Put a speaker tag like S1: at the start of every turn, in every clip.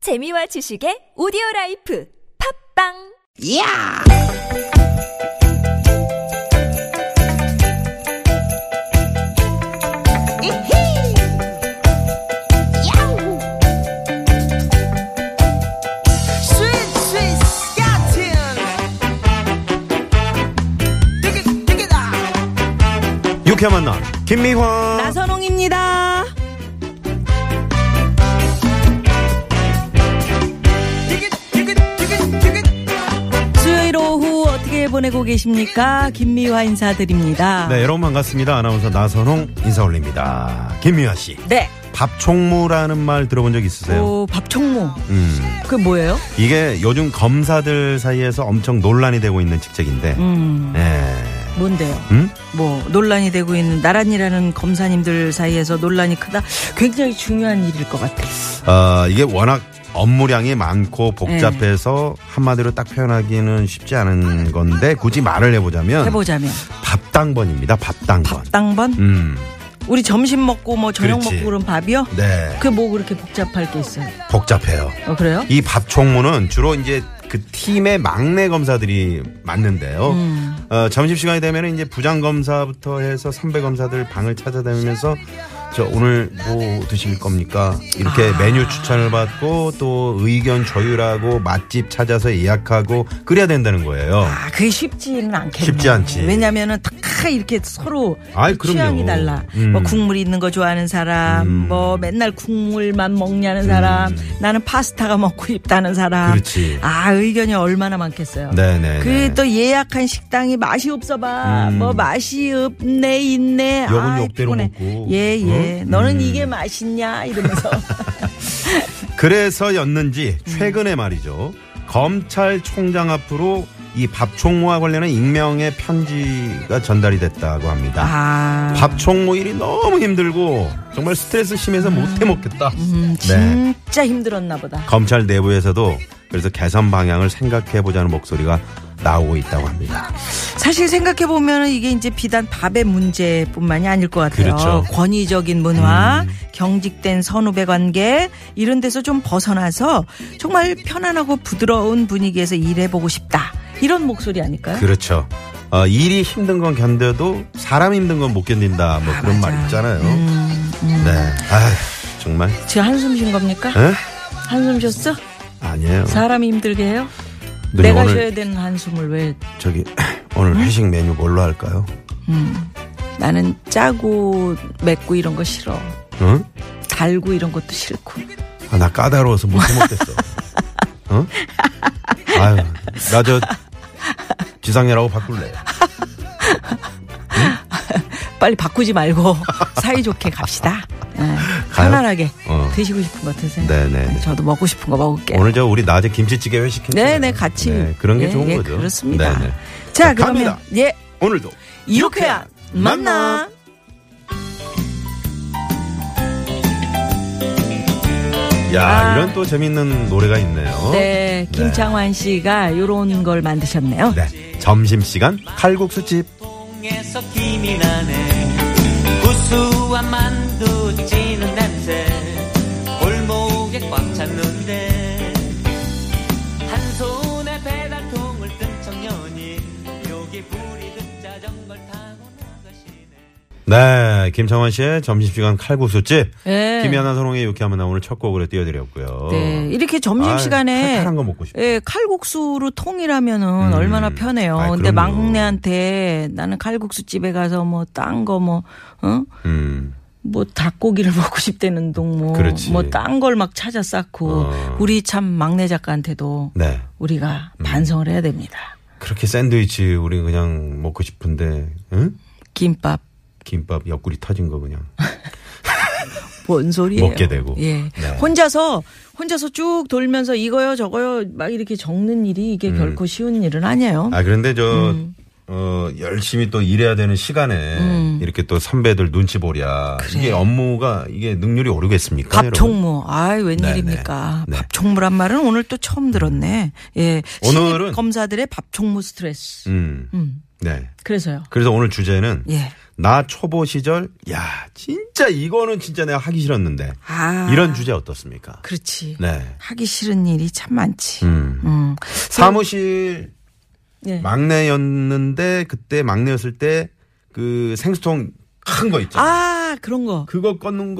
S1: 재미와 지식의 오디오 라이프 팝빵!
S2: 야! 이히! 야우! 스윗 스윗 야틴! 되게 되게 다
S3: 유쾌한 만남 김미화
S4: 나선홍입니다.
S2: 되게 되게 되게 되게
S4: 수요일 오후 어떻게 보내고 계십니까? 김미화 인사드립니다.
S3: 네 여러분 반갑습니다 아나운서 나선홍 인사 올립니다 김미화 씨
S4: 네.
S3: 밥총무라는 말 들어본 적 있으세요?
S4: 오, 밥총무.
S3: 음
S4: 그게 뭐예요?
S3: 이게 요즘 검사들 사이에서 엄청 논란이 되고 있는 직책인데
S4: 음,
S3: 예.
S4: 뭔데요?
S3: 음?
S4: 뭐, 논란이 되고 있는 나란이라는 검사님들 사이에서 논란이 크다? 굉장히 중요한 일일 것 같아요.
S3: 어, 이게 워낙 업무량이 많고 복잡해서 한마디로 딱 표현하기는 쉽지 않은 건데 굳이 말을 해보자면
S4: 해보자면.
S3: 밥당번입니다 밥당번
S4: 밥당번?
S3: 음,
S4: 우리 점심 먹고 뭐 저녁
S3: 그렇지.
S4: 먹고 그런 밥이요?
S3: 네
S4: 그게 뭐 그렇게 복잡할 게 있어요?
S3: 복잡해요
S4: 어, 그래요?
S3: 이 밥총무는 주로 이제 그 팀의 막내 검사들이 맞는데요.
S4: 음.
S3: 어, 점심시간이 되면 이제 부장검사부터 해서 선배 검사들 방을 찾아다니면서 저 오늘 뭐 드실 겁니까? 이렇게
S4: 아.
S3: 메뉴 추천을 받고 또 의견 조율하고 맛집 찾아서 예약하고 그래야 된다는 거예요.
S4: 아, 그게 쉽지는 않겠네.
S3: 쉽지 않지.
S4: 왜냐면은 다 이렇게 서로
S3: 아이, 그럼요.
S4: 취향이 달라.
S3: 음.
S4: 뭐 국물이 있는 거 좋아하는 사람, 뭐 맨날 국물만 먹냐는 사람, 나는 파스타가 먹고 싶다는 사람.
S3: 음. 그렇지.
S4: 아, 의견이 얼마나 많겠어요.
S3: 네네.
S4: 그 또 예약한 식당이 맛이 없어 봐. 뭐 맛이 없네 있네.
S3: 욕은
S4: 아이,
S3: 음. 욕대로
S4: 피곤해.
S3: 먹고.
S4: 예, 예.
S3: 어?
S4: 너는 이게 맛있냐 이러면서.
S3: 그래서였는지
S4: 음.
S3: 최근에 말이죠. 검찰총장 앞으로 이 밥총무와 관련한 익명의 편지가 전달이 됐다고 합니다.
S4: 아.
S3: 밥총무 일이 너무 힘들고 정말 스트레스 심해서 못해 먹겠다.
S4: 음,
S3: 네.
S4: 진짜 힘들었나 보다.
S3: 검찰 내부에서도 그래서 개선 방향을 생각해 보자는 목소리가 나오고 있다고 합니다.
S4: 사실 생각해 보면 이게 이제 비단 밥의 문제뿐만이 아닐 것 같아요.
S3: 그렇죠. 음.
S4: 권위적인 문화, 경직된 선후배 관계 이런 데서 좀 벗어나서 정말 편안하고 부드러운 분위기에서 일해보고 싶다. 이런 목소리 아닐까요?
S3: 그렇죠. 어, 일이 힘든 건 견뎌도 사람 힘든 건 못 견딘다. 뭐 그런 말 있잖아요.
S4: 음,
S3: 네. 아 정말.
S4: 지금 한숨 쉰 겁니까?
S3: 에?
S4: 한숨 쉬었어?
S3: 아니에요.
S4: 사람이 힘들게 해요?
S3: 누님,
S4: 내가
S3: 네, 오늘
S4: 쉬어야 되는 한숨을 왜
S3: 저기 오늘 회식 메뉴 뭘로 할까요?
S4: 나는 짜고 맵고 이런 거 싫어.
S3: 응?
S4: 달고 이런 것도 싫고.
S3: 아, 나 까다로워서 못 해먹겠어. 응? 아유, 나 저 지상렬하고 바꿀래.
S4: 빨리 바꾸지 말고 사이좋게 갑시다. 네.
S3: 가요?
S4: 편안하게
S3: 어.
S4: 드시고 싶은 거 드세요.
S3: 네네.
S4: 저도 먹고 싶은 거 먹을게요.
S3: 오늘 저 우리 낮에 김치찌개 회식했잖아요.
S4: 네네 같이
S3: 네, 그런 게
S4: 예,
S3: 좋은
S4: 예,
S3: 거죠.
S4: 그렇습니다.
S3: 네네.
S4: 자
S3: 자,
S4: 그러면
S3: 갑니다.
S4: 예
S3: 오늘도
S4: 이렇게야 만나.
S3: 야
S4: 아.
S3: 이런 또 재밌는 노래가 어? 있네요.
S4: 네 김창환 씨가 요런 걸 만드셨네요.
S3: 네. 점심 시간 칼국수집.
S5: 에서 김이 나네 구수한 만두 찌는 냄새 골목에 꽉 찼는데 한 손에 배달통을 든 청년이 여기 부리듯 자전거를 타고 나가시네
S3: 네, 김창원 씨의 점심시간 칼국수집.
S4: 네.
S3: 김연아 선홍의 유쾌한 만남 오늘 첫 곡으로 띄워드렸고요.
S4: 네, 이렇게 점심
S3: 아유,
S4: 시간에
S3: 칼칼한 거 먹고 싶다.
S4: 예, 칼국수로 통일하면은 얼마나 편해요.
S3: 아이,
S4: 근데
S3: 그럼요.
S4: 막내한테 나는 칼국수 집에 가서 뭐 딴 거 뭐 어?
S3: 음.
S4: 뭐 닭고기를 먹고 싶다는 동무
S3: 그렇지.
S4: 뭐 딴 걸 막 찾아 쌓고
S3: 어.
S4: 우리 참 막내 작가한테도
S3: 네.
S4: 우리가 반성을 해야 됩니다.
S3: 그렇게 샌드위치 우리 그냥 먹고 싶은데 응?
S4: 김밥
S3: 김밥 옆구리 터진 거 그냥
S4: 뭔 소리예요?
S3: 먹게 되고.
S4: 예.
S3: 네.
S4: 혼자서 혼자서 쭉 돌면서 이거요 저거요 막 이렇게 적는 일이 이게 결코 쉬운 일은 아니에요.
S3: 음. 아 그런데 저 어, 열심히 또 일해야 되는 시간에 이렇게 또 선배들 눈치 보랴 이게 업무가 이게 능률이 오르겠습니까? 여러분?
S4: 밥총무. 아이, 웬일입니까.
S3: 네, 네.
S4: 밥총무란 말은 오늘 또 처음 들었네. 예.
S3: 오늘은-
S4: 신입 검사들의 밥총무 스트레스.
S3: 음. 네.
S4: 그래서요.
S3: 그래서 오늘 주제는
S4: 예.
S3: 나 초보 시절 야 진짜 이거는 진짜 내가 하기 싫었는데
S4: 아.
S3: 이런 주제 어떻습니까?
S4: 그렇지.
S3: 네.
S4: 하기 싫은 일이 참 많지.
S3: 음.
S4: 음.
S3: 사무실
S4: 예.
S3: 막내였는데 그때 막내였을 때 그 생수통 큰 거 있잖아요.
S4: 아, 그런 거.
S3: 그거 꽂는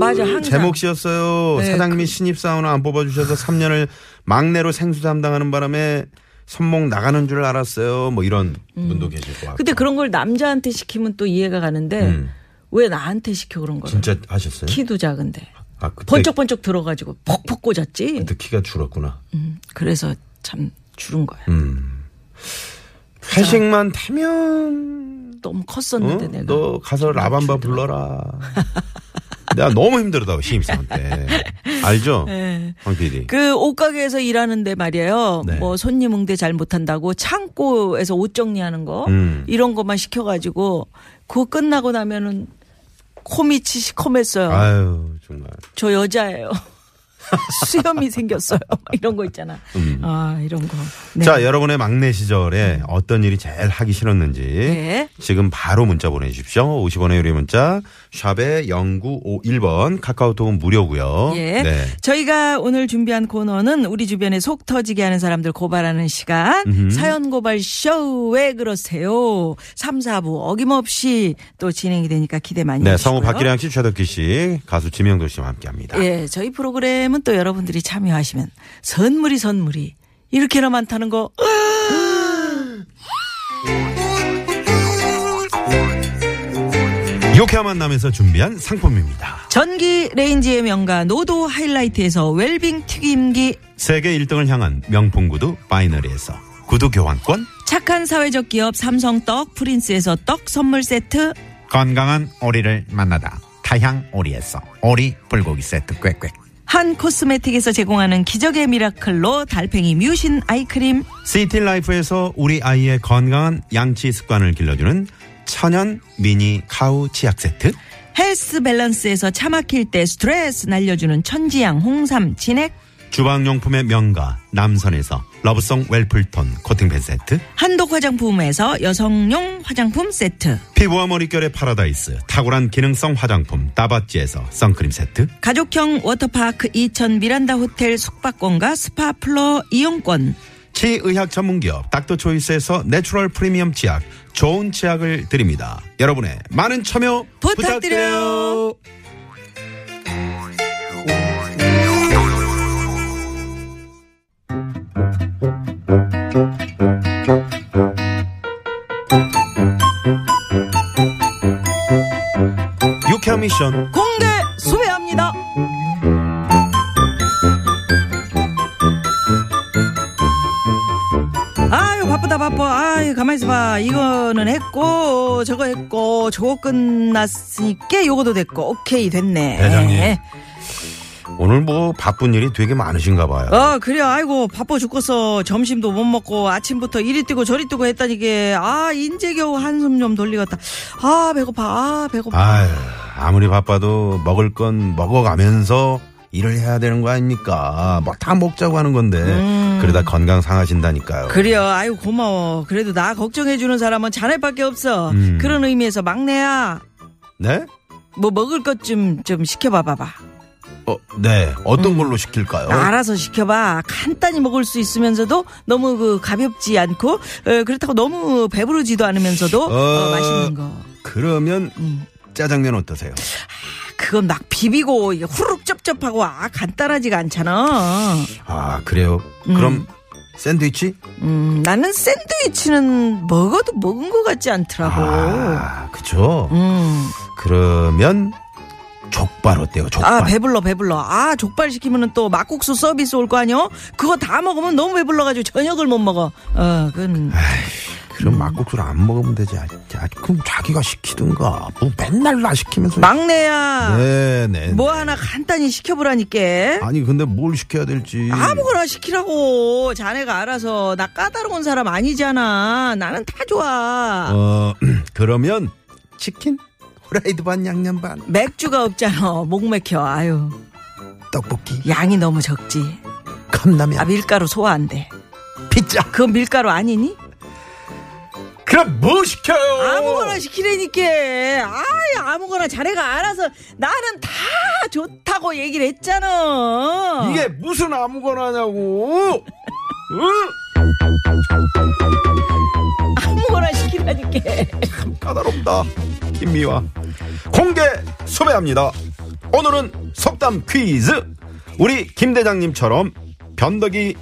S4: 맞아,
S3: 거늘
S4: 항상.
S3: 제목이었어요.
S4: 네,
S3: 사장님이 신입사원을 안 뽑아주셔서 3년을 막내로 생수 담당하는 바람에 손목 나가는 줄 알았어요. 뭐 이런
S4: 음.
S3: 분도 계실 것 같고.
S4: 근데 그런 걸 남자한테 시키면 또 이해가 가는데
S3: 음.
S4: 왜 나한테 시켜 그런 거를.
S3: 진짜 하셨어요?
S4: 키도 작은데.
S3: 아, 그때,
S4: 번쩍번쩍 들어가지고 퍽퍽 꽂았지.
S3: 그때 키가 줄었구나.
S4: 음, 그래서 참 줄은 거야.
S3: 음. 회식만 타면
S4: 너무
S3: 어?
S4: 컸었는데 내가.
S3: 너 가서 라밤바 불러라. 내가 너무 힘들었다고 신입사원 때 알죠? 황 PD.
S4: 그 옷가게에서 일하는데 말이에요.
S3: 네.
S4: 뭐 손님 응대 잘 못한다고 창고에서 옷 정리하는 거
S3: 음.
S4: 이런 것만 시켜가지고 그거 끝나고 나면은 코밑이 시커맸어요.
S3: 아유 정말.
S4: 저 여자예요. 수염이 생겼어요. 막 이런 거 있잖아. 아 이런 거. 네.
S3: 음. 자, 예. 여러분의 막내 시절에 어떤 일이 제일 하기 싫었는지
S4: 네.
S3: 지금 바로 문자 보내주십시오. 50원의 유리 문자 샵에 0951번 카카오톡은 무료고요.
S4: 예.
S3: 네.
S4: 저희가 오늘 준비한 코너는 우리 주변에 속 터지게 하는 사람들 고발하는 시간. 사연 고발 쇼. 왜 그러세요? 3, 4부 어김없이 또 진행이 되니까 기대 많이
S3: 네,
S4: 해주시고요.
S3: 성우 박기량 씨, 최덕기 씨, 가수 지명도 씨와 함께합니다.
S4: 예, 저희 프로그램은 또 여러분들이 참여하시면 선물이 선물이 이렇게나 많다는 거
S3: 유쾌한 만남에서 준비한 상품입니다.
S4: 전기 레인지의 명가 노도 하이라이트에서 웰빙 튀김기
S3: 세계 1등을 향한 명품 구두 바이너리에서 구두 교환권,
S4: 착한 사회적 기업 삼성 떡 프린스에서 떡 선물 세트
S6: 건강한 오리를 만나다 타향 오리에서 오리 불고기 세트 꽥꽥
S4: 한 코스메틱에서 제공하는 기적의 미라클로 달팽이 뮤신 아이크림
S3: 시티라이프에서 우리 아이의 건강한 양치 습관을 길러주는 천연 미니 카우 치약 세트,
S4: 헬스 밸런스에서 차 막힐 때 스트레스 날려주는 천지양 홍삼 진액
S3: 주방용품의 명가 남선에서 러브송 웰플톤 코팅팬 세트
S4: 한독 화장품에서 여성용 화장품 세트
S3: 피부와 머릿결의 파라다이스 탁월한 기능성 화장품 따바찌에서 선크림 세트
S4: 가족형 워터파크 이천 미란다 호텔 숙박권과 스파 플러 이용권
S3: 치의학 전문기업 닥터초이스에서 내추럴 프리미엄 치약 좋은 치약을 드립니다 여러분의 많은 참여 부탁드려요,
S4: 부탁드려요.
S3: 유쾌한 미션
S4: 공개 수배합니다. 아유 바쁘다 바빠 아유 가만히 있어봐 이거는 했고 저거 했고 저거 끝났으니까 요거도 됐고 오케이 됐네
S3: 대장님. 오늘 뭐 바쁜 일이 되게 많으신가 봐요
S4: 어 그래 아이고 바빠 죽겠어 점심도 못 먹고 아침부터 이리 뛰고 저리 뛰고 했다니 이게 아 인제 겨우 한숨 좀 돌리겠다 아 배고파 아 배고파
S3: 아유, 아무리 바빠도 먹을 건 먹어가면서 일을 해야 되는 거 아닙니까? 뭐 다 먹자고 하는 건데 그러다 건강 상하신다니까요.
S4: 음. 그래요. 아유 고마워. 그래도 나 걱정해 주는 사람은 자네밖에 없어.
S3: 음.
S4: 그런 의미에서 막내야.
S3: 네?
S4: 뭐 먹을 것 좀 좀 시켜봐 봐봐.
S3: 어, 네. 어떤 걸로 시킬까요?
S4: 음. 알아서 시켜봐. 간단히 먹을 수 있으면서도 너무 그 가볍지 않고 어, 그렇다고 너무 배부르지도 않으면서도
S3: 어,
S4: 어, 맛있는 거.
S3: 그러면
S4: 음.
S3: 짜장면 어떠세요?
S4: 그건 막 비비고 이게 후룩 쩝쩝하고 아 간단하지가 않잖아.
S3: 아, 그래요. 그럼 샌드위치?
S4: 음, 나는 샌드위치는 먹어도 먹은 것 같지 않더라고.
S3: 아, 그죠?
S4: 음.
S3: 그러면 족발 어때요? 족발.
S4: 아 배불러 배불러 아 족발 시키면은 또 막국수 서비스 올 거 아니요 그거 다 먹으면 너무 배불러가지고 저녁을 못 먹어 어 그건
S3: 그럼 막국수를 안 먹으면 되지. 아, 자, 그럼 자기가 시키든가. 뭐 맨날 나 시키면서.
S4: 막내야
S3: 네, 네.
S4: 뭐 하나 간단히 시켜보라니까
S3: 아니 근데 뭘 시켜야 될지
S4: 아무거나 시키라고 자네가 알아서 나 까다로운 사람 아니잖아 나는 다 좋아
S3: 어 그러면 치킨 후라이드 반 양념 반
S4: 맥주가 없잖아 목 맥혀 아유
S3: 떡볶이
S4: 양이 너무 적지
S3: 컵라면
S4: 아 밀가루 소화 안돼
S3: 피자
S4: 그건 밀가루 아니니?
S6: 그럼 뭐 시켜요?
S4: 아무거나 시키라니까. 아이, 아무거나 자네가 알아서 나는 다 좋다고 얘기를 했잖아.
S6: 이게 무슨 아무거나냐고. 응?
S4: 아무거나 시키라니까.
S3: 까다롭다. 김미화. 공개 수배합니다. 오늘은 속담 퀴즈. 우리 김 대장님처럼 변덕이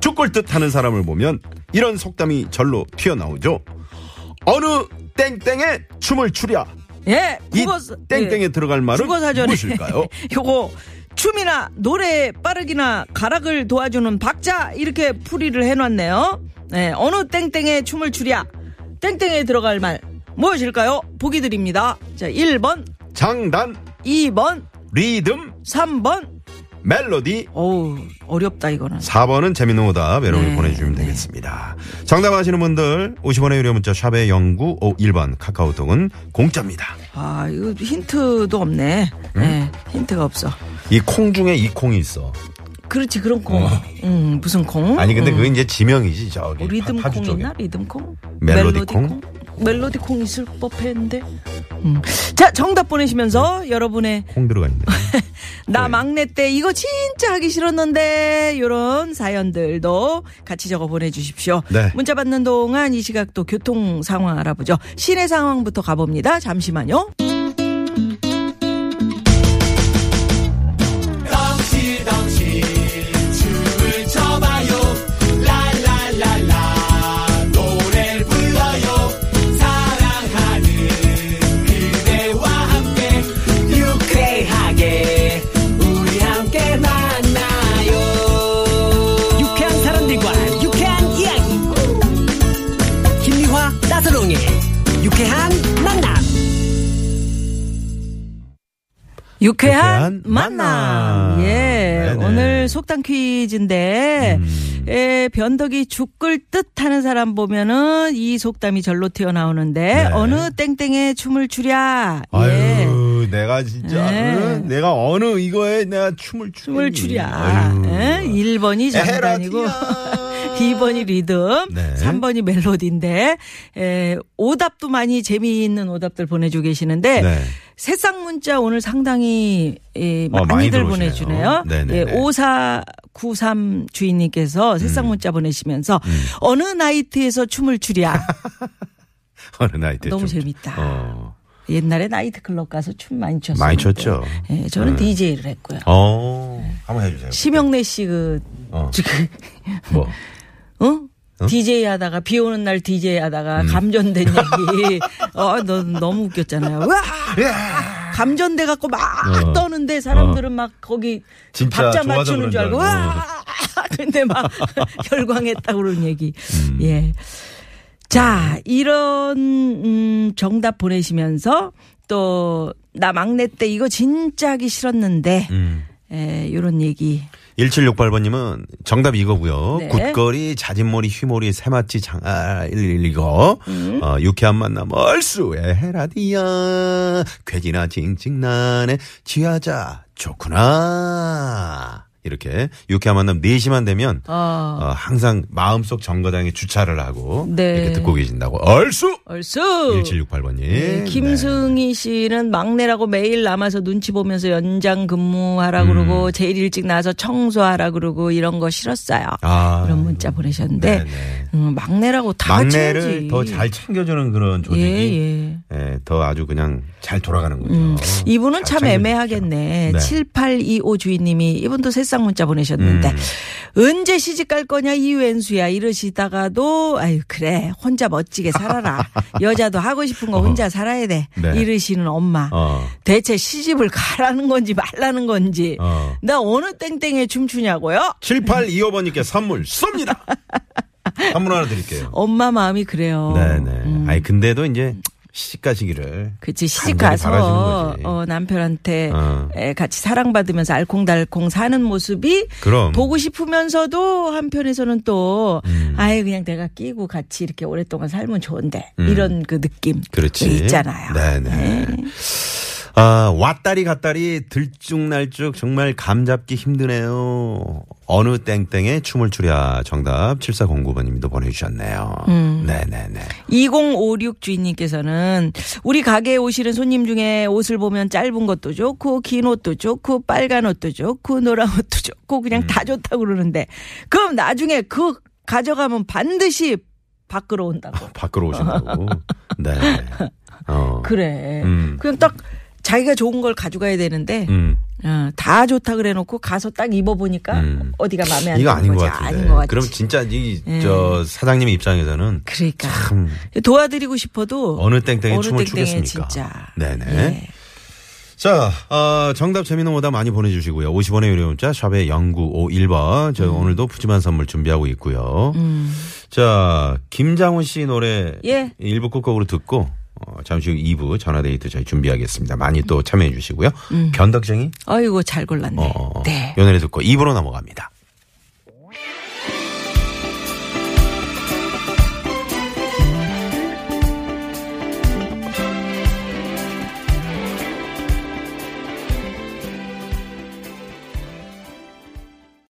S3: 죽을 듯 하는 사람을 보면 이런 속담이 절로 튀어나오죠. 어느 땡땡에 춤을 추랴.
S4: 예,
S3: 이
S4: 국어
S3: 땡땡에
S4: 예.
S3: 들어갈 말은
S4: 국어사전에
S3: 무엇일까요?
S4: 요거 춤이나 노래 빠르기나 가락을 도와주는 박자 이렇게 풀이를 해놨네요. 네, 어느 땡땡에 춤을 추랴 땡땡에 들어갈 말 무엇일까요? 보기 드립니다. 자, 1번,
S3: 장단,
S4: 2번,
S3: 리듬,
S4: 3번.
S3: 멜로디.
S4: 어우 어렵다 이거는.
S3: 4번은 재밌는 오답 여러분이
S4: 네.
S3: 보내주시면 되겠습니다. 정답 아시는 분들 50원의 유료 문자 샵의 0951번 카카오톡은 공짜입니다.
S4: 아 이거 힌트도 없네. 네, 힌트가 없어.
S3: 이 콩 중에 이 콩이 있어.
S4: 그렇지 그런 콩. 음 무슨 콩?
S3: 어. 아니 근데 그게 이제 지명이지 저기
S4: 뭐 리듬
S3: 파- 파주
S4: 콩
S3: 쪽에.
S4: 있나? 리듬 콩?
S3: 멜로디 콩?
S4: 멜로디 콩 있을 법했는데. 음. 자 정답 보내시면서 여러분의
S3: 콩 들어가 있네.
S4: 나
S3: 네.
S4: 막내 때 이거 진짜 하기 싫었는데 요런 사연들도 같이 적어 보내주십시오.
S3: 네.
S4: 문자 받는 동안 이 시각 또 교통 상황 알아보죠. 시내 상황부터 가봅니다. 잠시만요.
S5: 유쾌하게 우리 함께 만나요 유쾌한 사람들과 유쾌한 이야기 김미화 따스롱의 유쾌한 만남
S4: 유쾌한
S3: 유쾌한
S4: 만남.
S3: 만남.
S4: 예.
S3: 네네. 음.
S4: 오늘 속담 퀴즈인데, 예, 변덕이 죽을 듯 하는 사람 보면은 이 속담이 절로 튀어나오는데,
S3: 네.
S4: 어느 땡땡에 춤을 추랴. 예.
S3: 아유 내가 진짜
S4: 네.
S3: 응? 내가 어느 이거에 내가 춤을 추
S4: 춤을 추랴. 예? 1번이 장단이고,
S3: 에헤라디야.
S4: 2번이 리듬,
S3: 네.
S4: 3번이 멜로디인데, 에, 오답도 많이 재미있는 오답들 보내주고 계시는데,
S3: 네.
S4: 새싹 문자 오늘 상당히 예,
S3: 어, 많이
S4: 많이들
S3: 들어오시네요.
S4: 보내주네요.
S3: 네네네. 음.
S4: 예, 5493 주인님께서 새싹 문자 보내시면서 어느 나이트에서 춤을 추랴.
S3: 어느 나이 때
S4: 너무
S3: 예, 좀-
S4: 재밌다.
S3: 어.
S4: 옛날에 나이트 클럽 가서 춤 많이 췄어요.
S3: 많이 췄죠. 음.
S4: 예, 저는 DJ를 했고요.
S3: 어. 한번 해주세요.
S4: 심영래 씨그
S3: 어.
S4: 지금
S3: 뭐.
S4: 어? DJ 하다가 비 오는 날 DJ 하다가
S3: 음.
S4: 감전된 얘기. 어, 너 너무 웃겼잖아요. 와! 감전돼 갖고 막
S3: 예. 어.
S4: 떠는데 사람들은 막 거기
S3: 진짜
S4: 박자
S3: 좋아서
S4: 맞추는
S3: 그런
S4: 줄
S3: 줄
S4: 알고
S3: 알고.
S4: 와! 근데 막 열광했다 그런 얘기.
S3: 음.
S4: 예. 자, 이런 음, 정답 보내시면서 또 나 막내 때 이거 진짜 하기 싫었는데
S3: 음.
S4: 에, 요런 얘기
S3: 1768번님은 정답 이거고요.
S4: 네.
S3: 굿거리, 자진머리, 휘머리, 새마치, 장알, 아, 이거. 어, 유쾌한 만남, 얼쑤에 헤라디야. 괴기나 징징난에 지하자, 좋구나. 이렇게 유쾌한 만남 4시만 되면
S4: 어.
S3: 어, 항상 마음속 정거장에 주차를 하고
S4: 네.
S3: 이렇게 듣고 계신다고. 얼쑤!
S4: 얼쑤
S3: 1768번님.
S4: 네, 김승희 씨는 막내라고 매일 남아서 눈치 보면서 연장 근무하라
S3: 음.
S4: 그러고 제일 일찍 나와서 청소하라 그러고 이런 거 싫었어요.
S3: 아.
S4: 이런 문자 보내셨는데
S3: 네, 네.
S4: 음, 막내라고 다
S3: 막내를
S4: 챙기지.
S3: 더 잘 챙겨주는 그런
S4: 예,
S3: 조직이
S4: 예.
S3: 예, 더 아주 그냥 잘 돌아가는 거죠.
S4: 음. 이분은
S3: 잘
S4: 참
S3: 챙겨주십시오.
S4: 애매하겠네.
S3: 네.
S4: 7825 주인님이 이분도 새싹 문자 보내셨는데
S3: 음.
S4: 언제 시집 갈 거냐 이 웬수야 이러시다가도 아유 그래 혼자 멋지게 살아라 여자도 하고 싶은 거 혼자 살아야 돼
S3: 어. 네.
S4: 이러시는 엄마
S3: 어.
S4: 대체 시집을 가라는 건지 말라는 건지
S3: 어.
S4: 나 어느 땡땡에 춤추냐고요?
S3: 7825번님께 선물 쏩니다. 선물 하나 드릴게요.
S4: 엄마 마음이 그래요.
S3: 네네.
S4: 음.
S3: 아니, 근데도 이제 시집 가시기를.
S4: 그치 시집
S3: 간절히
S4: 가서
S3: 바라시는 거지.
S4: 어, 남편한테
S3: 어.
S4: 에, 같이 사랑받으면서 알콩달콩 사는 모습이
S3: 그럼.
S4: 보고 싶으면서도 한편에서는 또
S3: 음.
S4: 아예 그냥 내가 끼고 같이 이렇게
S3: 음.
S4: 오랫동안 살면 좋은데 이런 그 느낌
S3: 그렇지. 네,
S4: 있잖아요.
S3: 네네. 아, 왔다리 갔다리 들쭉날쭉 정말 감 잡기 힘드네요. 어느 땡땡에 춤을 추랴 정답 7409번님도 보내주셨네요.
S4: 음.
S3: 네네네.
S4: 2056 주인님께서는 우리 가게에 오시는 손님 중에 옷을 보면 짧은 것도 좋고 긴 옷도 좋고 빨간 옷도 좋고 노란 옷도 좋고 그냥
S3: 음.
S4: 다 좋다고 그러는데 그럼 나중에 그 가져가면 반드시 밖으로 온다고.
S3: 밖으로 오신다고. 네. 어.
S4: 그래.
S3: 음.
S4: 그냥 딱 자기가 좋은 걸 가져가야 되는데
S3: 음.
S4: 어, 다 좋다 그래 놓고 가서 딱 입어 보니까
S3: 음.
S4: 어디가 마음에 안
S3: 이거
S4: 드는
S3: 아닌 것
S4: 거지.
S3: 같은데.
S4: 아닌 것 같지. 예.
S3: 그럼 진짜 이 저 사장님의 입장에서는
S4: 그러니까
S3: 참
S4: 도와드리고 싶어도
S3: 어느 땡땡에
S4: 뭐, 어느
S3: 춤을
S4: 땡땡에
S3: 추겠습니까?
S4: 진짜.
S3: 네네.
S4: 예.
S3: 자, 어, 정답 재미는 오다 많이 보내주시고요. 50원의 유료 문자 샵의 0951번.
S4: 음.
S3: 저 오늘도 푸짐한 선물 준비하고 있고요. 자, 김장훈 씨 노래
S4: 예.
S3: 1부 끝곡으로 듣고 어, 잠시 후 2부 전화데이트 저희 준비하겠습니다. 많이 또 참여해 주시고요. 변덕쟁이?
S4: 어이고 잘 골랐네.
S3: 어, 어, 어.
S4: 음. 네.
S3: 요 노래 듣고 2부로 넘어갑니다.